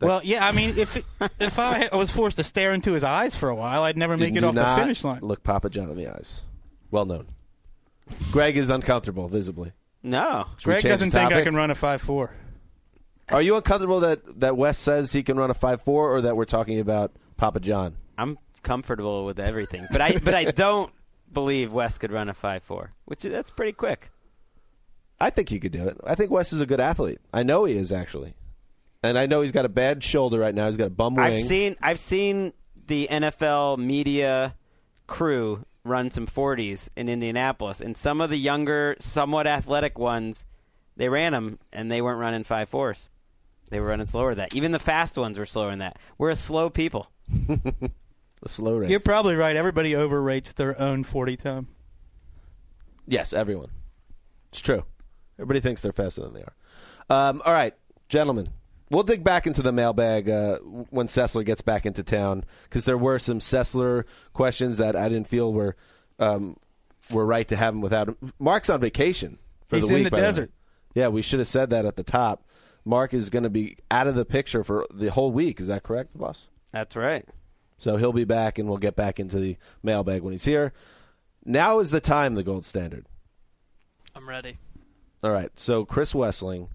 Speaker 3: Well, yeah, I mean, if if I was forced to stare into his eyes for a while, I'd never make
Speaker 2: You
Speaker 3: it
Speaker 2: do
Speaker 3: off
Speaker 2: not
Speaker 3: the finish line.
Speaker 2: Look Papa John in the eyes. Well known. Greg is uncomfortable visibly.
Speaker 4: No.
Speaker 2: Should we
Speaker 3: Greg
Speaker 2: change
Speaker 3: doesn't
Speaker 2: the
Speaker 3: think I
Speaker 2: topic?
Speaker 3: can run a five four.
Speaker 2: Are you uncomfortable that that Wes says he can run a five four, or that we're talking about Papa John?
Speaker 4: I'm comfortable with everything, but I but I don't believe Wes could run a five four, which is- that's pretty quick.
Speaker 2: I think he could do it. I think Wes is a good athlete. I know he is actually, and I know he's got a bad shoulder right now. He's got a bum wing.
Speaker 4: I've seen I've seen the NFL media crew run some 40s in Indianapolis, and some of the younger, somewhat athletic ones, they ran them and they weren't running five fours. They were running slower than that. Even the fast ones were slower than that. We're a slow people.
Speaker 2: the slow race.
Speaker 3: You're probably right. Everybody overrates their own forty time.
Speaker 2: yes, everyone. It's true. Everybody thinks they're faster than they are. Um, all right, gentlemen. We'll dig back into the mailbag uh, when Sessler gets back into town because there were some Sessler questions that I didn't feel were um, were right to have him without him. Mark's on vacation for
Speaker 3: He's
Speaker 2: the
Speaker 3: in
Speaker 2: week.
Speaker 3: the
Speaker 2: by way.
Speaker 3: desert.
Speaker 2: Yeah, we should have said that at the top. Mark is going to be out of the picture for the whole week. Is that correct, boss?
Speaker 4: That's right.
Speaker 2: So he'll be back, and we'll get back into the mailbag when he's here. Now is the time, the gold standard.
Speaker 5: I'm ready.
Speaker 2: All right. So Chris Wessling,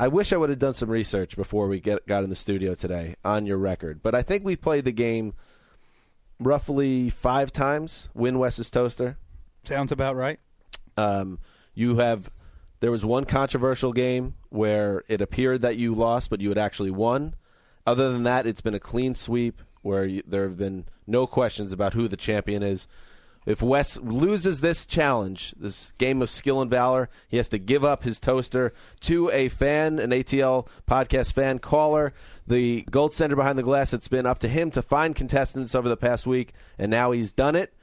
Speaker 2: I wish I would have done some research before we get got in the studio today on your record, but I think we played the game roughly five times. Win Wes's toaster.
Speaker 3: Sounds about right.
Speaker 2: Um, you have there was one controversial game where it appeared that you lost, but you had actually won. Other than that, it's been a clean sweep where you, there have been no questions about who the champion is. If Wes loses this challenge, this game of skill and valor, he has to give up his toaster to a fan, an ATL podcast fan caller, the gold sender behind the glass. It's been up to him to find contestants over the past week, and now he's done it.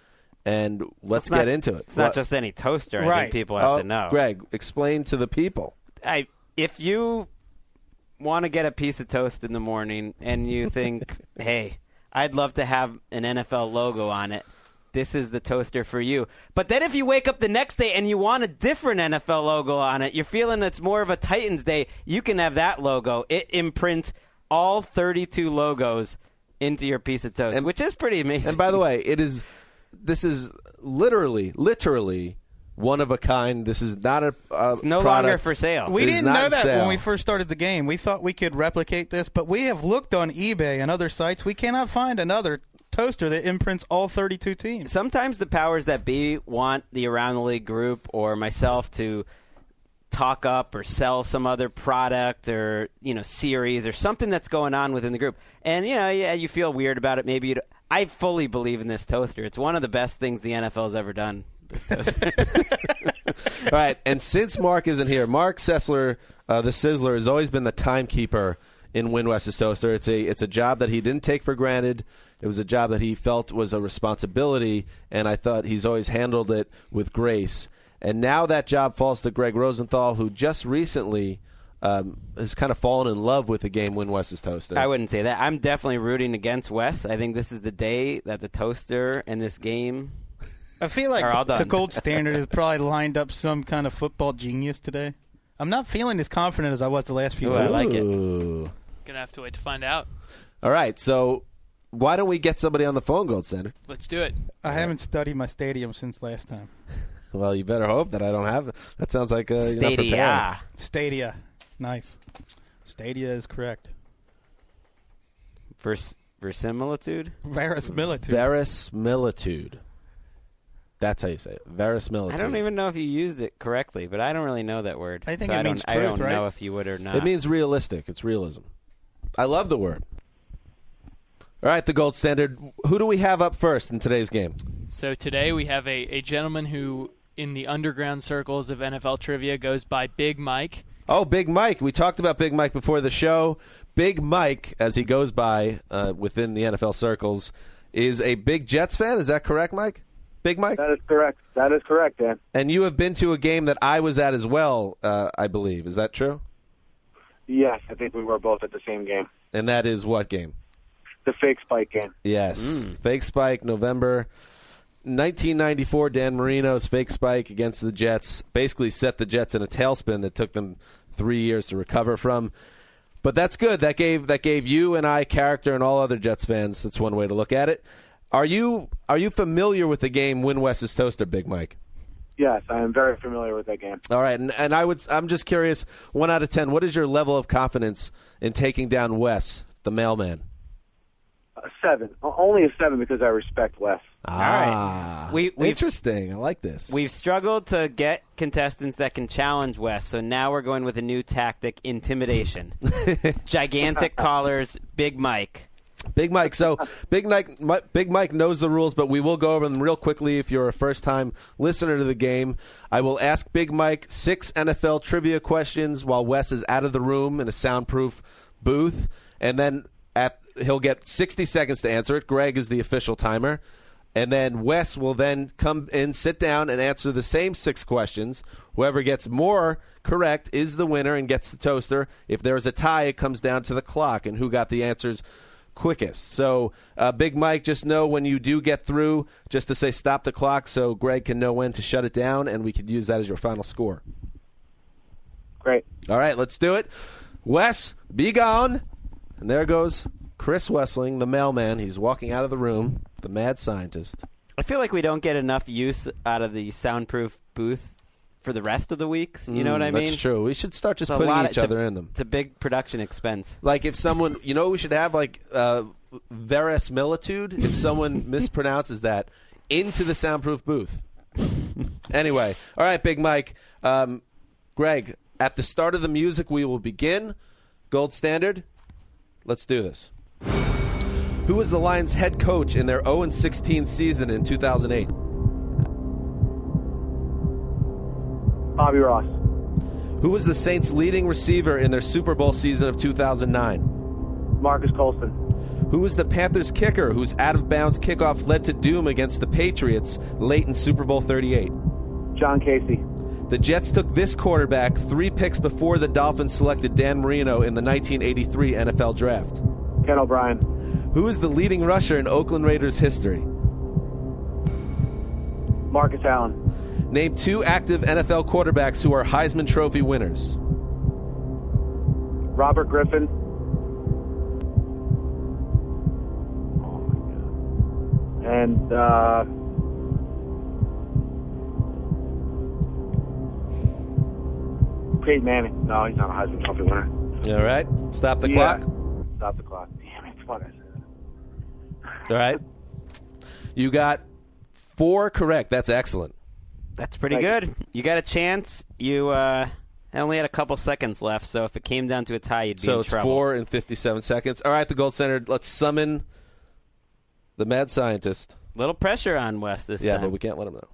Speaker 2: And let's
Speaker 4: not-
Speaker 2: get into it.
Speaker 4: It's not
Speaker 2: What-
Speaker 4: just any toaster. I
Speaker 3: Right.
Speaker 4: think people have
Speaker 2: Oh,
Speaker 4: to know.
Speaker 2: Greg, explain to the people.
Speaker 4: I if you want to get a piece of toast in the morning and you think, "Hey, I'd love to have an NFL logo on it." This is the toaster for you. But then if you wake up the next day and you want a different NFL logo on it, you're feeling it's more of a Titans day, you can have that logo. It imprints all 32 logos into your piece of toast,
Speaker 2: And-
Speaker 4: which is pretty amazing.
Speaker 2: And by the way, it is this is literally, literally one of a kind. This is not a, a
Speaker 4: It's no
Speaker 2: product.
Speaker 4: longer for sale.
Speaker 3: We
Speaker 2: It is
Speaker 3: didn't
Speaker 2: not
Speaker 3: know
Speaker 2: on
Speaker 3: that
Speaker 2: sale.
Speaker 3: when we first started the game. We thought we could replicate this, but we have looked on eBay and other sites. We cannot find another toaster that imprints all 32 teams.
Speaker 4: sometimes the powers that be want the around the league group or myself to talk up or sell some other product or you know series or something that's going on within the group and you know yeah you feel weird about it maybe you i fully believe in this toaster it's one of the best things the nfl's ever done this toaster.
Speaker 2: All right, and since Mark isn't here, Mark Sessler, uh, the Sizzler, has always been the timekeeper in Win West's Toaster. It's a it's a job that he didn't take for granted. It was a job that he felt was a responsibility, and I thought he's always handled it with grace. And now that job falls to Greg Rosenthal, who just recently um, has kind of fallen in love with the game Win West's Toaster.
Speaker 4: i wouldn't say that i'm definitely rooting against wes i think this is the day that the toaster and this game
Speaker 3: I feel like
Speaker 4: Are all done.
Speaker 3: the gold standard has probably lined up some kind of football genius today. I'm not feeling as confident as I was the last few
Speaker 4: Ooh, I
Speaker 3: times.
Speaker 4: like it
Speaker 2: Ooh.
Speaker 5: Gonna have to wait to find out.
Speaker 2: All right, so why don't we get somebody on the phone, Gold Center?
Speaker 5: Let's do it.
Speaker 3: I haven't studied my stadium since last time.
Speaker 2: Well, you better hope that I don't have. That sounds like uh, you're not prepared.
Speaker 4: stadia
Speaker 3: Stadia. Nice. Stadia is correct.
Speaker 4: Vers- verisimilitude
Speaker 3: Verisimilitude.
Speaker 2: Verisimilitude. That's how you say it. Verisimilitude.
Speaker 4: I don't even know if you used it correctly, but I don't really know that word.
Speaker 3: I think
Speaker 4: So
Speaker 3: it
Speaker 4: I don't,
Speaker 3: means
Speaker 4: I don't
Speaker 3: truth, right?
Speaker 4: know if you would or not.
Speaker 2: It means realistic. It's realism. I love the word. All right, the gold standard. Who do we have up first in today's game?
Speaker 5: So today we have a, a gentleman who, in the underground circles of NFL trivia, goes by Big Mike.
Speaker 2: Oh, Big Mike. We talked about Big Mike before the show. Big Mike, as he goes by uh, within the NFL circles, is a big Jets fan. Is that correct, Mike? Big Mike?
Speaker 6: That is correct. That is correct, Dan.
Speaker 2: And you have been to a game that I was at as well, uh, I believe. Is that true?
Speaker 6: Yes, I think we were both at the same game.
Speaker 2: And that is what game?
Speaker 6: The fake spike game.
Speaker 2: Yes. Fake Spike, November 1994. Dan Marino's Fake Spike against the Jets basically set the Jets in a tailspin that took them three years to recover from. But that's good. That gave that gave you and I character and all other Jets fans. That's one way to look at it. Are you are you familiar with the game Win West's Toaster, Big Mike?
Speaker 6: Yes, I am very familiar with that game.
Speaker 2: All right, and, and I would I'm just curious. One out of ten. What is your level of confidence in taking down Wes, the mailman?
Speaker 6: A seven. O- Only a seven because I respect Wes.
Speaker 2: All
Speaker 4: right.
Speaker 2: Ah.
Speaker 4: We- we've-
Speaker 2: interesting. I like this.
Speaker 4: We've struggled to get contestants that can challenge Wes, so now we're going with a new tactic intimidation. Gigantic collars, Big Mike.
Speaker 2: Big Mike. So Big Mike, Mi- Big Mike knows the rules, but we will go over them real quickly. If you're a first-time listener to the game, I will ask Big Mike six NFL trivia questions while Wes is out of the room in a soundproof booth, and then at, he'll get 60 seconds to answer it. Greg is the official timer. And then Wes will then come in, sit down, and answer the same six questions. Whoever gets more correct is the winner and gets the toaster. If there is a tie, it comes down to the clock and who got the answers quickest. So, uh, Big Mike, just know when you do get through, just to say stop the clock so Greg can know when to shut it down, and we could use that as your final score.
Speaker 6: Great.
Speaker 2: All right, let's do it. Wes, be gone. And there goes Chris Wessling, the mailman. He's walking out of the room, the mad scientist.
Speaker 4: I feel like we don't get enough use out of the soundproof booth for the rest of the weeks. You know what I mean?
Speaker 2: Mm, That's true. We should start just
Speaker 4: It's a
Speaker 2: putting
Speaker 4: lot of-
Speaker 2: each other in them.
Speaker 4: It's a big production expense.
Speaker 2: Like if someone, you know, we should have like uh, verisimilitude. If someone mispronounces that, into the soundproof booth. anyway, all right, Big Mike, um, Greg. At the start of the music, we will begin. Gold standard. Let's do this. Who was the Lions' head coach in their 0 16 season in 2008?
Speaker 6: Bobby Ross.
Speaker 2: Who was the Saints' leading receiver in their Super Bowl season of 2009?
Speaker 6: Marcus Colson.
Speaker 2: Who was the Panthers kicker whose out of bounds kickoff led to doom against the Patriots late in Super Bowl 38?
Speaker 6: John Casey.
Speaker 2: The Jets took this quarterback three picks before the Dolphins selected Dan Marino in the 1983 NFL Draft.
Speaker 6: Ken O'Brien.
Speaker 2: Who is the leading rusher in Oakland Raiders history?
Speaker 6: Marcus Allen.
Speaker 2: Name two active NFL quarterbacks who are Heisman Trophy winners.
Speaker 6: Robert Griffin. Oh, And uh, Peyton Manning. No, he's not a Heisman Trophy winner.
Speaker 2: All right. Stop the
Speaker 6: Yeah.
Speaker 2: clock.
Speaker 6: Stop the clock. Damn it. What is it?
Speaker 2: All right. You got four correct. That's excellent.
Speaker 4: That's pretty good. You got a chance. You uh, only had a couple seconds left, so if it came down to a tie, you'd be
Speaker 2: so
Speaker 4: in
Speaker 2: it's
Speaker 4: trouble.
Speaker 2: four and 57 seconds. All right, the Gold Center. Let's summon the mad scientist.
Speaker 4: Little pressure on Wes this
Speaker 2: Yeah,
Speaker 4: time.
Speaker 2: but we can't let him know.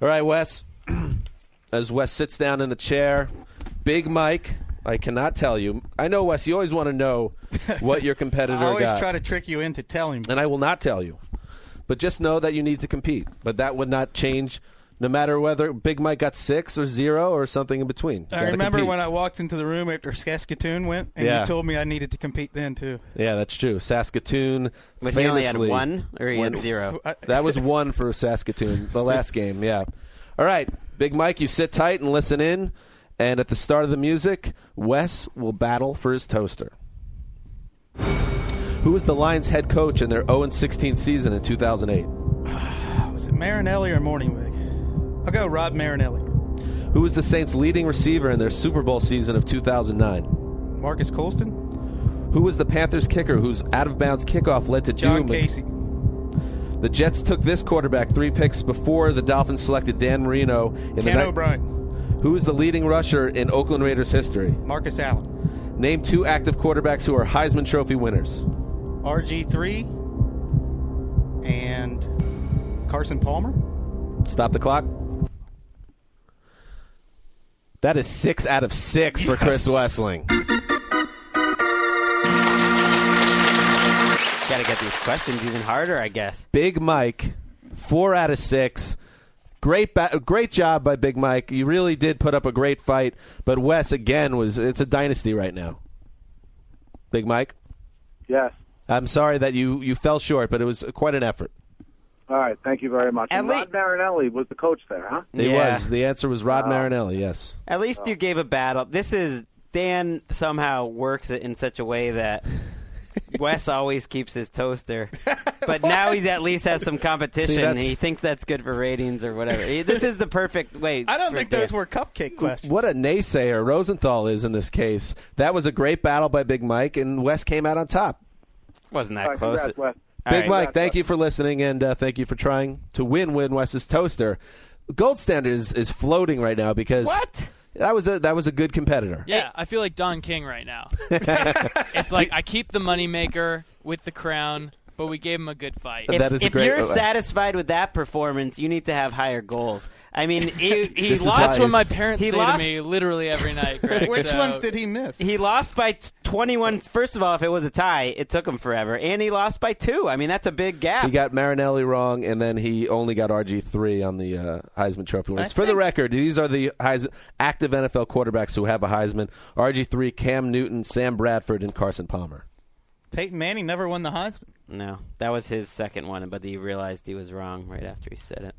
Speaker 2: All right, Wes. As Wes sits down in the chair, Big Mike. I cannot tell you. I know, Wes. You always want to know what your competitor
Speaker 3: I always
Speaker 2: got,
Speaker 3: try to trick you into telling me.
Speaker 2: and I will not tell you. But just know that you need to compete. But that would not change, no matter whether Big Mike got six or zero or something in between.
Speaker 3: I remember when I walked into the room after Saskatoon went, and
Speaker 2: Yeah.
Speaker 3: you told me I needed to compete then too.
Speaker 2: Yeah, that's true. Saskatoon.
Speaker 4: But he only had
Speaker 2: famously-
Speaker 4: one, or he had
Speaker 2: When-
Speaker 3: Oh,
Speaker 4: zero.
Speaker 2: That was one for Saskatoon, the last game, yeah. All right, Big Mike, you sit tight and listen in. And at the start of the music, Wes will battle for his toaster. Who was the Lions head coach in their 0 16 season in 2008?
Speaker 3: Was it Marinelli or Morningwig? I'll go Rob Marinelli.
Speaker 2: Who was the Saints' leading receiver in their Super Bowl season of 2009?
Speaker 3: Marcus Colston?
Speaker 2: Who was the Panthers' kicker whose out of bounds kickoff led to
Speaker 3: John
Speaker 2: doom?
Speaker 3: Casey.
Speaker 2: The Jets took this quarterback three picks before the Dolphins selected Dan Marino in the
Speaker 3: Ken
Speaker 2: night-
Speaker 3: O'Brien.
Speaker 2: Who is the leading rusher in Oakland Raiders history?
Speaker 3: Marcus Allen.
Speaker 2: Name two active quarterbacks who are Heisman Trophy winners.
Speaker 3: RG3 and Carson Palmer?
Speaker 2: Stop the clock. That is six out of six for Chris Wessling.
Speaker 4: Got to get these questions even harder, I guess.
Speaker 2: Big Mike, four out of six. Great, ba- great job by Big Mike. You really did put up a great fight, but Wes again was—it's a dynasty right now. Big Mike,
Speaker 6: Yes.
Speaker 2: I'm sorry that you you fell short, but it was quite an effort.
Speaker 6: All right. Thank you very much. And
Speaker 4: Ellie-
Speaker 6: Rod Marinelli was the coach there, huh?
Speaker 2: It
Speaker 4: Yeah.
Speaker 2: was. The answer was Rod Marinelli. Yes.
Speaker 4: At least you gave a battle. This is Dan somehow works it in such a way that Wes always keeps his toaster, but now he's at least has some
Speaker 2: See,
Speaker 4: competition.
Speaker 2: that's-
Speaker 4: he thinks that's good for ratings or whatever. He- this is the perfect way.
Speaker 3: I don't
Speaker 4: for
Speaker 3: think
Speaker 4: Dan.
Speaker 3: those were cupcake questions.
Speaker 2: What a naysayer Rosenthal is in this case. That was a great battle by Big Mike, and Wes came out on top.
Speaker 4: wasn't
Speaker 6: All
Speaker 4: that
Speaker 6: right,
Speaker 4: close.
Speaker 6: congrats, Wes.
Speaker 4: All
Speaker 2: Big
Speaker 4: right.
Speaker 2: Mike, thank you for listening, and uh, thank you for trying to win. Win Wes's toaster. Gold standard is, is floating right now because
Speaker 4: What?
Speaker 2: that was a that was a good competitor.
Speaker 5: Yeah, I feel like Don King right now. it's like I keep the moneymaker with the crown, but we gave him a good fight.
Speaker 4: If,
Speaker 2: That is a
Speaker 4: if
Speaker 2: great-
Speaker 4: you're satisfied with that performance, you need to have higher goals. I mean, he, he
Speaker 2: This is
Speaker 4: lost.
Speaker 5: That's
Speaker 2: why
Speaker 5: what my parents
Speaker 4: He
Speaker 5: say
Speaker 4: lost-
Speaker 5: to me literally every night. Greg,
Speaker 3: Which
Speaker 5: so-
Speaker 3: ones did he miss?
Speaker 4: He lost by t- 21. First of all, if it was a tie, it took him forever, and he lost by two. I mean, that's a big gap.
Speaker 2: He got Marinelli wrong, and then he only got RG three on the uh, Heisman Trophy winners.
Speaker 3: I
Speaker 2: For the
Speaker 3: think-
Speaker 2: record, these are the Heis- active NFL quarterbacks who have a Heisman: RG three, Cam Newton, Sam Bradford, and Carson Palmer.
Speaker 3: Peyton Manning never won the Heisman.
Speaker 4: no, that was his second one, but he realized he was wrong right after he said it.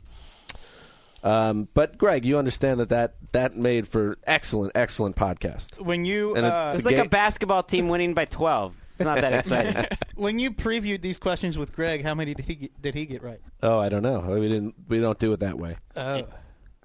Speaker 2: Um, but Greg, you understand that, that that made for excellent, excellent podcast.
Speaker 3: When you
Speaker 2: And it-
Speaker 3: uh,
Speaker 4: It's like
Speaker 2: Ga-
Speaker 4: a basketball team winning by 12. It's not that exciting.
Speaker 3: when you previewed these questions with Greg, how many did he get, did he get right?
Speaker 2: Oh, I don't know. We didn't. We don't do it that way.
Speaker 3: Oh,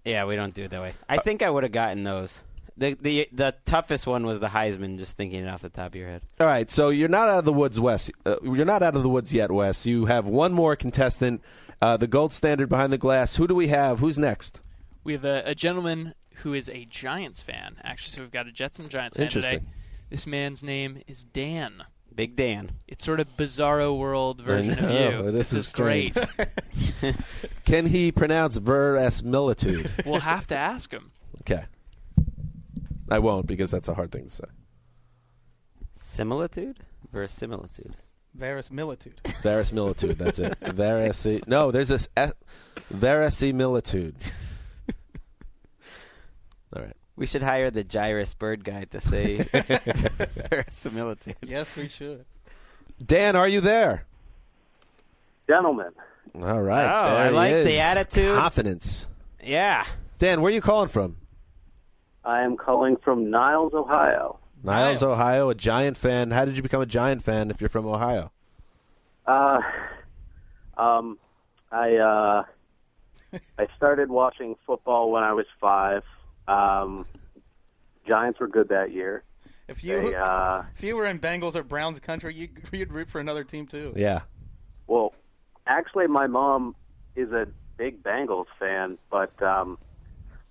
Speaker 4: yeah, we don't do it that way. I think I would have gotten those. The, the the toughest one was the Heisman. Just thinking it off the top of your head.
Speaker 2: All right. So you're not out of the woods, Wes. Uh, you're not out of the woods yet, Wes. You have one more contestant. Uh, the gold standard behind the glass. Who do we have? Who's next?
Speaker 5: We have a, a gentleman who is a Giants fan, actually. So we've got a Jets and Giants fan today.
Speaker 2: Interesting.
Speaker 5: This man's name is Dan.
Speaker 4: Big Dan.
Speaker 5: It's sort of bizarro world version of
Speaker 2: know,
Speaker 5: you.
Speaker 2: this
Speaker 5: This,
Speaker 2: is
Speaker 5: is great.
Speaker 2: Can he pronounce verisimilitude?
Speaker 5: we'll have to ask him.
Speaker 2: okay. I won't because that's a hard thing to say.
Speaker 4: Similitude? Verisimilitude.
Speaker 3: verisimilitude.
Speaker 2: Verisimilitude. That's it. Verisi. No, there's this S- verisimilitude. All right.
Speaker 4: We should hire the gyrus bird guy to say verisimilitude.
Speaker 3: yes, we should.
Speaker 2: Dan, are you there?
Speaker 6: Gentlemen.
Speaker 2: All right.
Speaker 4: Oh,
Speaker 2: There
Speaker 4: I
Speaker 2: he
Speaker 4: like the
Speaker 2: is.
Speaker 4: attitudes.
Speaker 2: Confidence.
Speaker 4: Yeah.
Speaker 2: Dan, where are you calling from?
Speaker 6: I am calling from Niles, Ohio.
Speaker 2: Niles, Ohio, a Giant fan. How did you become a Giant fan if you're from Ohio?
Speaker 6: Uh, um, I uh, I started watching football when I was five. Um, Giants were good that year.
Speaker 3: If you
Speaker 6: They, uh,
Speaker 3: if you were in Bengals or Browns country, you'd, you'd root for another team too.
Speaker 2: Yeah.
Speaker 6: Well, actually, my mom is a big Bengals fan, but um,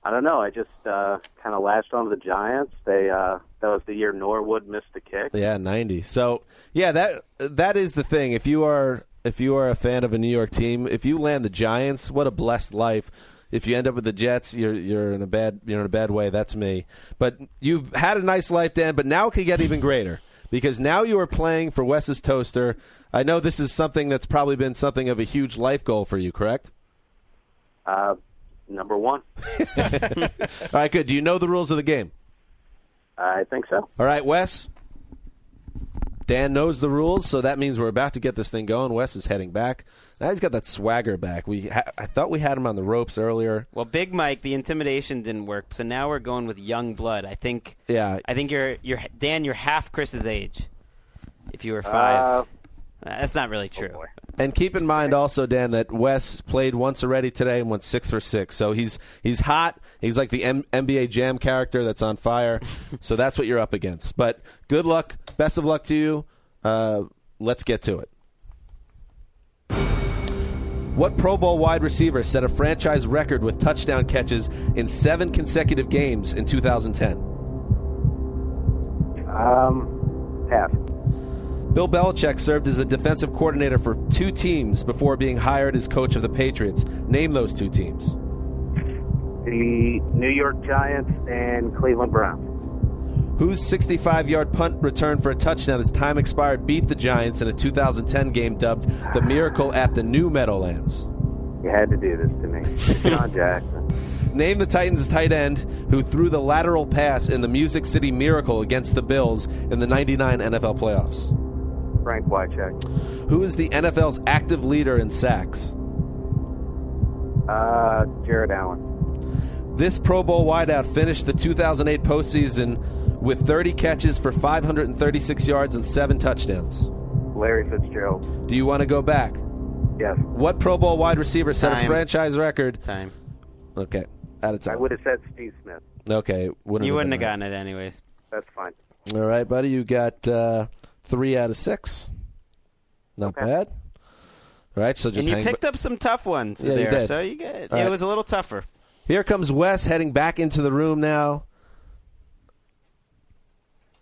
Speaker 6: I don't know. I just uh, kind of latched onto the Giants. They uh, that was the year Norwood missed the kick.
Speaker 2: Yeah, ninety. So yeah, that that is the thing. If you are if you are a fan of a New York team, if you land the Giants, what a blessed life. If you end up with the Jets, you're you're in a bad you're in a bad way. That's me. But you've had a nice life, Dan. But now it could get even greater because now you are playing for Wes's Toaster. I know this is something that's probably been something of a huge life goal for you, correct?
Speaker 6: Uh, number one,
Speaker 2: All right, good. Do you know the rules of the game?
Speaker 6: I think so.
Speaker 2: All right, Wes. Dan knows the rules, so that means we're about to get this thing going. Wes is heading back. Now he's got that swagger back. We ha- I thought we had him on the ropes earlier.
Speaker 4: Well, Big Mike, the intimidation didn't work, so now we're going with young blood. I think.
Speaker 2: Yeah.
Speaker 4: I think you're you're Dan. You're half Chris's age. If you were five,
Speaker 6: Uh, oh,
Speaker 4: that's not really true.
Speaker 2: And keep in mind also, Dan, that Wes played once already today and went six for six. So he's he's hot. He's like the M- NBA Jam character that's on fire. so that's what you're up against. But good luck. Best of luck to you. Uh, let's get to it. What Pro Bowl wide receiver set a franchise record with touchdown catches in seven consecutive games in 2010?
Speaker 6: Um, half.
Speaker 2: Bill Belichick served as a defensive coordinator for two teams before being hired as coach of the Patriots. Name those two teams.
Speaker 6: The New York Giants and Cleveland Browns.
Speaker 2: Whose 65 yard punt return for a touchdown as time expired beat the Giants in a 2010 game dubbed the Miracle at the New Meadowlands?
Speaker 6: You had to do this to me, John Jackson.
Speaker 2: Name the Titans tight end who threw the lateral pass in the Music City Miracle against the Bills in the 99 NFL playoffs.
Speaker 6: Frank Wycheck.
Speaker 2: Who is the NFL's active leader in sacks?
Speaker 6: Uh, Jared Allen.
Speaker 2: This Pro Bowl wideout finished the 2008 postseason with 30 catches for 536 yards and seven touchdowns.
Speaker 6: Larry Fitzgerald.
Speaker 2: Do you want to go back?
Speaker 6: Yes.
Speaker 2: What Pro Bowl wide receiver set a
Speaker 4: Time.
Speaker 2: franchise record?
Speaker 4: Time.
Speaker 2: Okay. Out of time.
Speaker 6: I would have said Steve Smith.
Speaker 2: Okay.
Speaker 4: You wouldn't have gotten it anyways.
Speaker 6: That's fine.
Speaker 2: gotten. All right, buddy. You got uh, three out of six. Not bad. All right. So just
Speaker 4: and you
Speaker 2: hang
Speaker 4: picked up some tough ones
Speaker 2: Yeah, you
Speaker 4: there,
Speaker 2: did.
Speaker 4: so you get it.
Speaker 2: All right.
Speaker 4: was a little tougher.
Speaker 2: Here comes Wes heading back into the room now.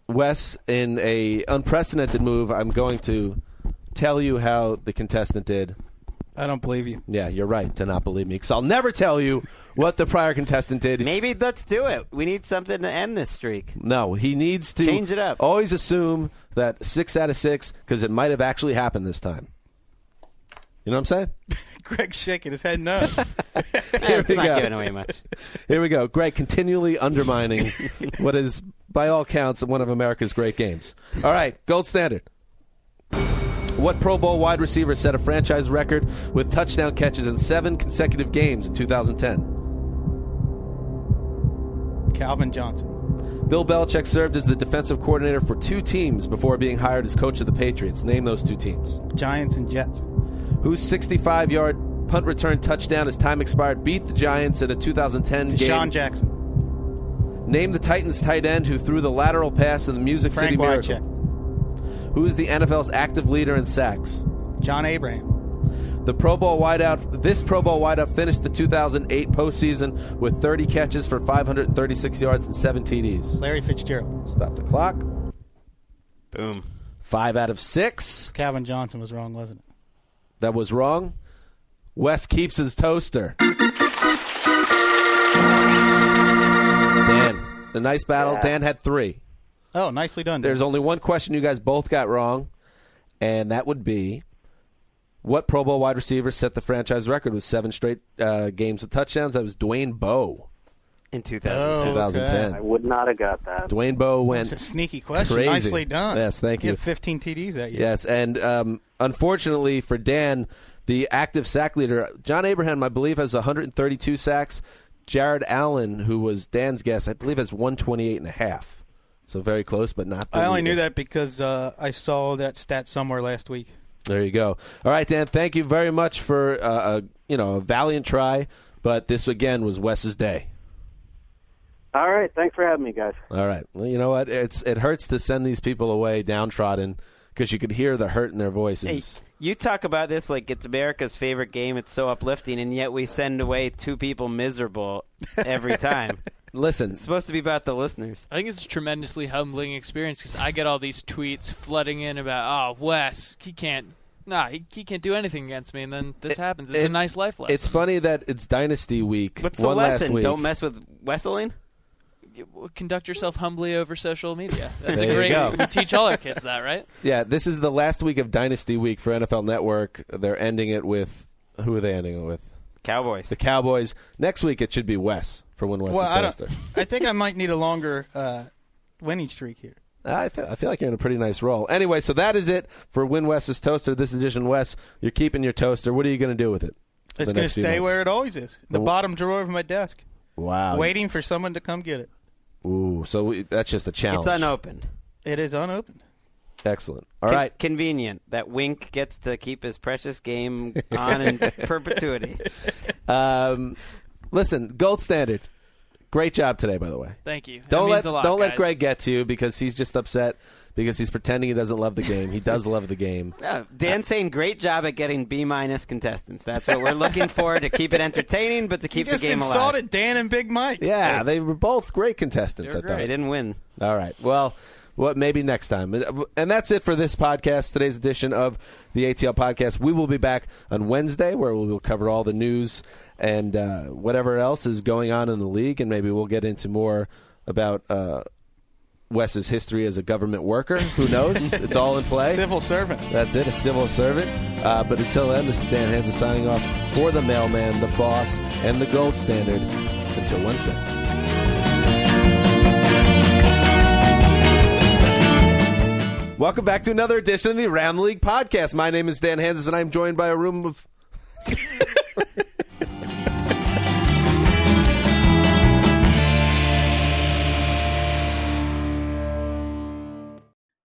Speaker 2: Wes, in a unprecedented move, I'm going to tell you how the contestant did.
Speaker 3: I don't believe you.
Speaker 2: Yeah, you're right to not believe me because I'll never tell you what the prior contestant did.
Speaker 4: Maybe let's do it. We need something to end this streak.
Speaker 2: No, he needs to
Speaker 4: Change it up.
Speaker 2: Always assume that six out of six because it might have actually happened this time. You know what I'm saying?
Speaker 3: Greg's shaking his head no.
Speaker 4: Eh, it's
Speaker 2: we
Speaker 4: not
Speaker 2: go.
Speaker 4: giving away much.
Speaker 2: Here we go. Greg continually undermining what is, by all counts, one of America's great games. All right, gold standard. What Pro Bowl wide receiver set a franchise record with touchdown catches in seven consecutive games in 2010?
Speaker 3: Calvin Johnson,
Speaker 2: Bill Belichick served as the defensive coordinator for two teams before being hired as coach of the Patriots. Name those two teams.
Speaker 3: Giants and Jets,
Speaker 2: Whose 65 yard punt return touchdown as time expired beat the Giants in a 2010
Speaker 3: Deshaun
Speaker 2: game?
Speaker 3: Jackson,
Speaker 2: Name the Titans tight end who threw the lateral pass in the Music
Speaker 3: Frank
Speaker 2: City Miracle.
Speaker 3: Wycheck,
Speaker 2: Who is the NFL's active leader in sacks?
Speaker 3: John Abraham,
Speaker 2: The Pro Bowl wideout. This Pro Bowl wideout finished the 2008 postseason with 30 catches for 536 yards and seven TDs.
Speaker 3: Larry Fitzgerald.
Speaker 2: Stop the clock.
Speaker 4: Boom.
Speaker 2: Five out of six.
Speaker 3: Calvin Johnson was wrong, wasn't it?
Speaker 2: That was wrong. Wes keeps his toaster. Dan, a nice battle. Dan had three.
Speaker 3: Oh, nicely done. dude.
Speaker 2: There's only one question you guys both got wrong, and that would be what Pro Bowl wide receiver set the franchise record with seven straight uh, games of touchdowns? That was Dwayne Bowe,
Speaker 4: In
Speaker 3: Oh,
Speaker 4: 2002.
Speaker 3: okay.
Speaker 2: 2010.
Speaker 6: I would not have got that.
Speaker 2: Dwayne Bowe
Speaker 3: It's a
Speaker 2: went.
Speaker 3: sneaky question.
Speaker 2: Crazy.
Speaker 3: Nicely done.
Speaker 2: Yes, thank
Speaker 3: He
Speaker 2: you.
Speaker 3: had 15 TDs that year.
Speaker 2: Yes, and um, unfortunately for Dan, the active sack leader, John Abraham, I believe, has 132 sacks. Jared Allen, who was Dan's guest, I believe has 128 and a half. So very close, but not. the
Speaker 3: I only
Speaker 2: leader.
Speaker 3: knew that because uh, I saw that stat somewhere last week.
Speaker 2: There you go. All right, Dan. Thank you very much for uh, a you know a valiant try, but this again was Wes's day.
Speaker 6: All right. Thanks for having me, guys.
Speaker 2: All right. Well, you know what? It's it hurts to send these people away downtrodden because you could hear the hurt in their
Speaker 4: Hey,
Speaker 2: voices.
Speaker 4: you talk about this like it's America's favorite game. It's so uplifting, and yet we send away two people miserable every time.
Speaker 2: Listen,
Speaker 4: it's supposed to be about the listeners.
Speaker 5: I think it's a tremendously humbling experience because I get all these tweets flooding in about, oh, Wes, he can't, nah, he, he can't do anything against me, and then this happens. It's a
Speaker 2: it-
Speaker 5: nice life lesson.
Speaker 2: It's funny that it's Dynasty Week.
Speaker 4: What's the
Speaker 2: one
Speaker 4: lesson?
Speaker 2: Last week.
Speaker 4: Don't mess with Wesseling.
Speaker 5: Conduct yourself humbly over social media. That's
Speaker 2: There
Speaker 5: a
Speaker 2: you
Speaker 5: great.
Speaker 2: go.
Speaker 5: We teach all our kids that, right?
Speaker 2: Yeah, this is the last week of Dynasty Week for NFL Network. They're ending it with who are they ending it with?
Speaker 4: Cowboys.
Speaker 2: The Cowboys. Next week it should be Wes for when Wes
Speaker 3: Well,
Speaker 2: is
Speaker 3: I don't.
Speaker 2: Dynasty.
Speaker 3: I think I might need a longer uh, winning streak here.
Speaker 2: I, feel, I feel like you're in a pretty nice role. Anyway, so that is it for Win Wes's toaster. This edition, Wes, you're keeping your toaster. What are you going to do with it?
Speaker 3: It's going to stay where it always is, the bottom drawer of my desk,
Speaker 2: Wow.
Speaker 3: waiting for someone to come get it.
Speaker 2: Ooh, so we, that's just a challenge.
Speaker 4: It's unopened.
Speaker 3: It is unopened.
Speaker 2: Excellent. All
Speaker 4: Con-
Speaker 2: right.
Speaker 4: Convenient that Wink gets to keep his precious game on in perpetuity.
Speaker 2: Um, listen, gold standard. Great job today, by the way.
Speaker 5: Thank you. That
Speaker 2: Don't
Speaker 5: means
Speaker 2: let
Speaker 5: a lot,
Speaker 2: don't let
Speaker 5: guys.
Speaker 2: Greg get to you because he's just upset because he's pretending he doesn't love the game. He does love the game.
Speaker 4: Uh, Dan saying great job at getting B minus contestants. That's what we're looking for to keep it entertaining, but to keep
Speaker 3: You just
Speaker 4: the game
Speaker 3: insulted
Speaker 4: alive.
Speaker 3: Dan and Big Mike.
Speaker 2: Yeah, they were both great contestants. I
Speaker 5: They're
Speaker 2: thought.
Speaker 4: They didn't win.
Speaker 2: All right. Well, what maybe next time. And that's it for this podcast, today's edition of the ATL podcast. We will be back on Wednesday where we will cover all the news and uh, whatever else is going on in the league, and maybe we'll get into more about. Uh, Wes's history as a government worker. Who knows? it's all in play.
Speaker 3: Civil servant.
Speaker 2: That's it, a civil servant. Uh, but until then, this is Dan Hansen signing off for the mailman, the boss, and the gold standard. Until Wednesday. Welcome back to another edition of the Round the League podcast. My name is Dan Hansen, and I'm joined by a room of.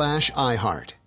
Speaker 7: iHeart.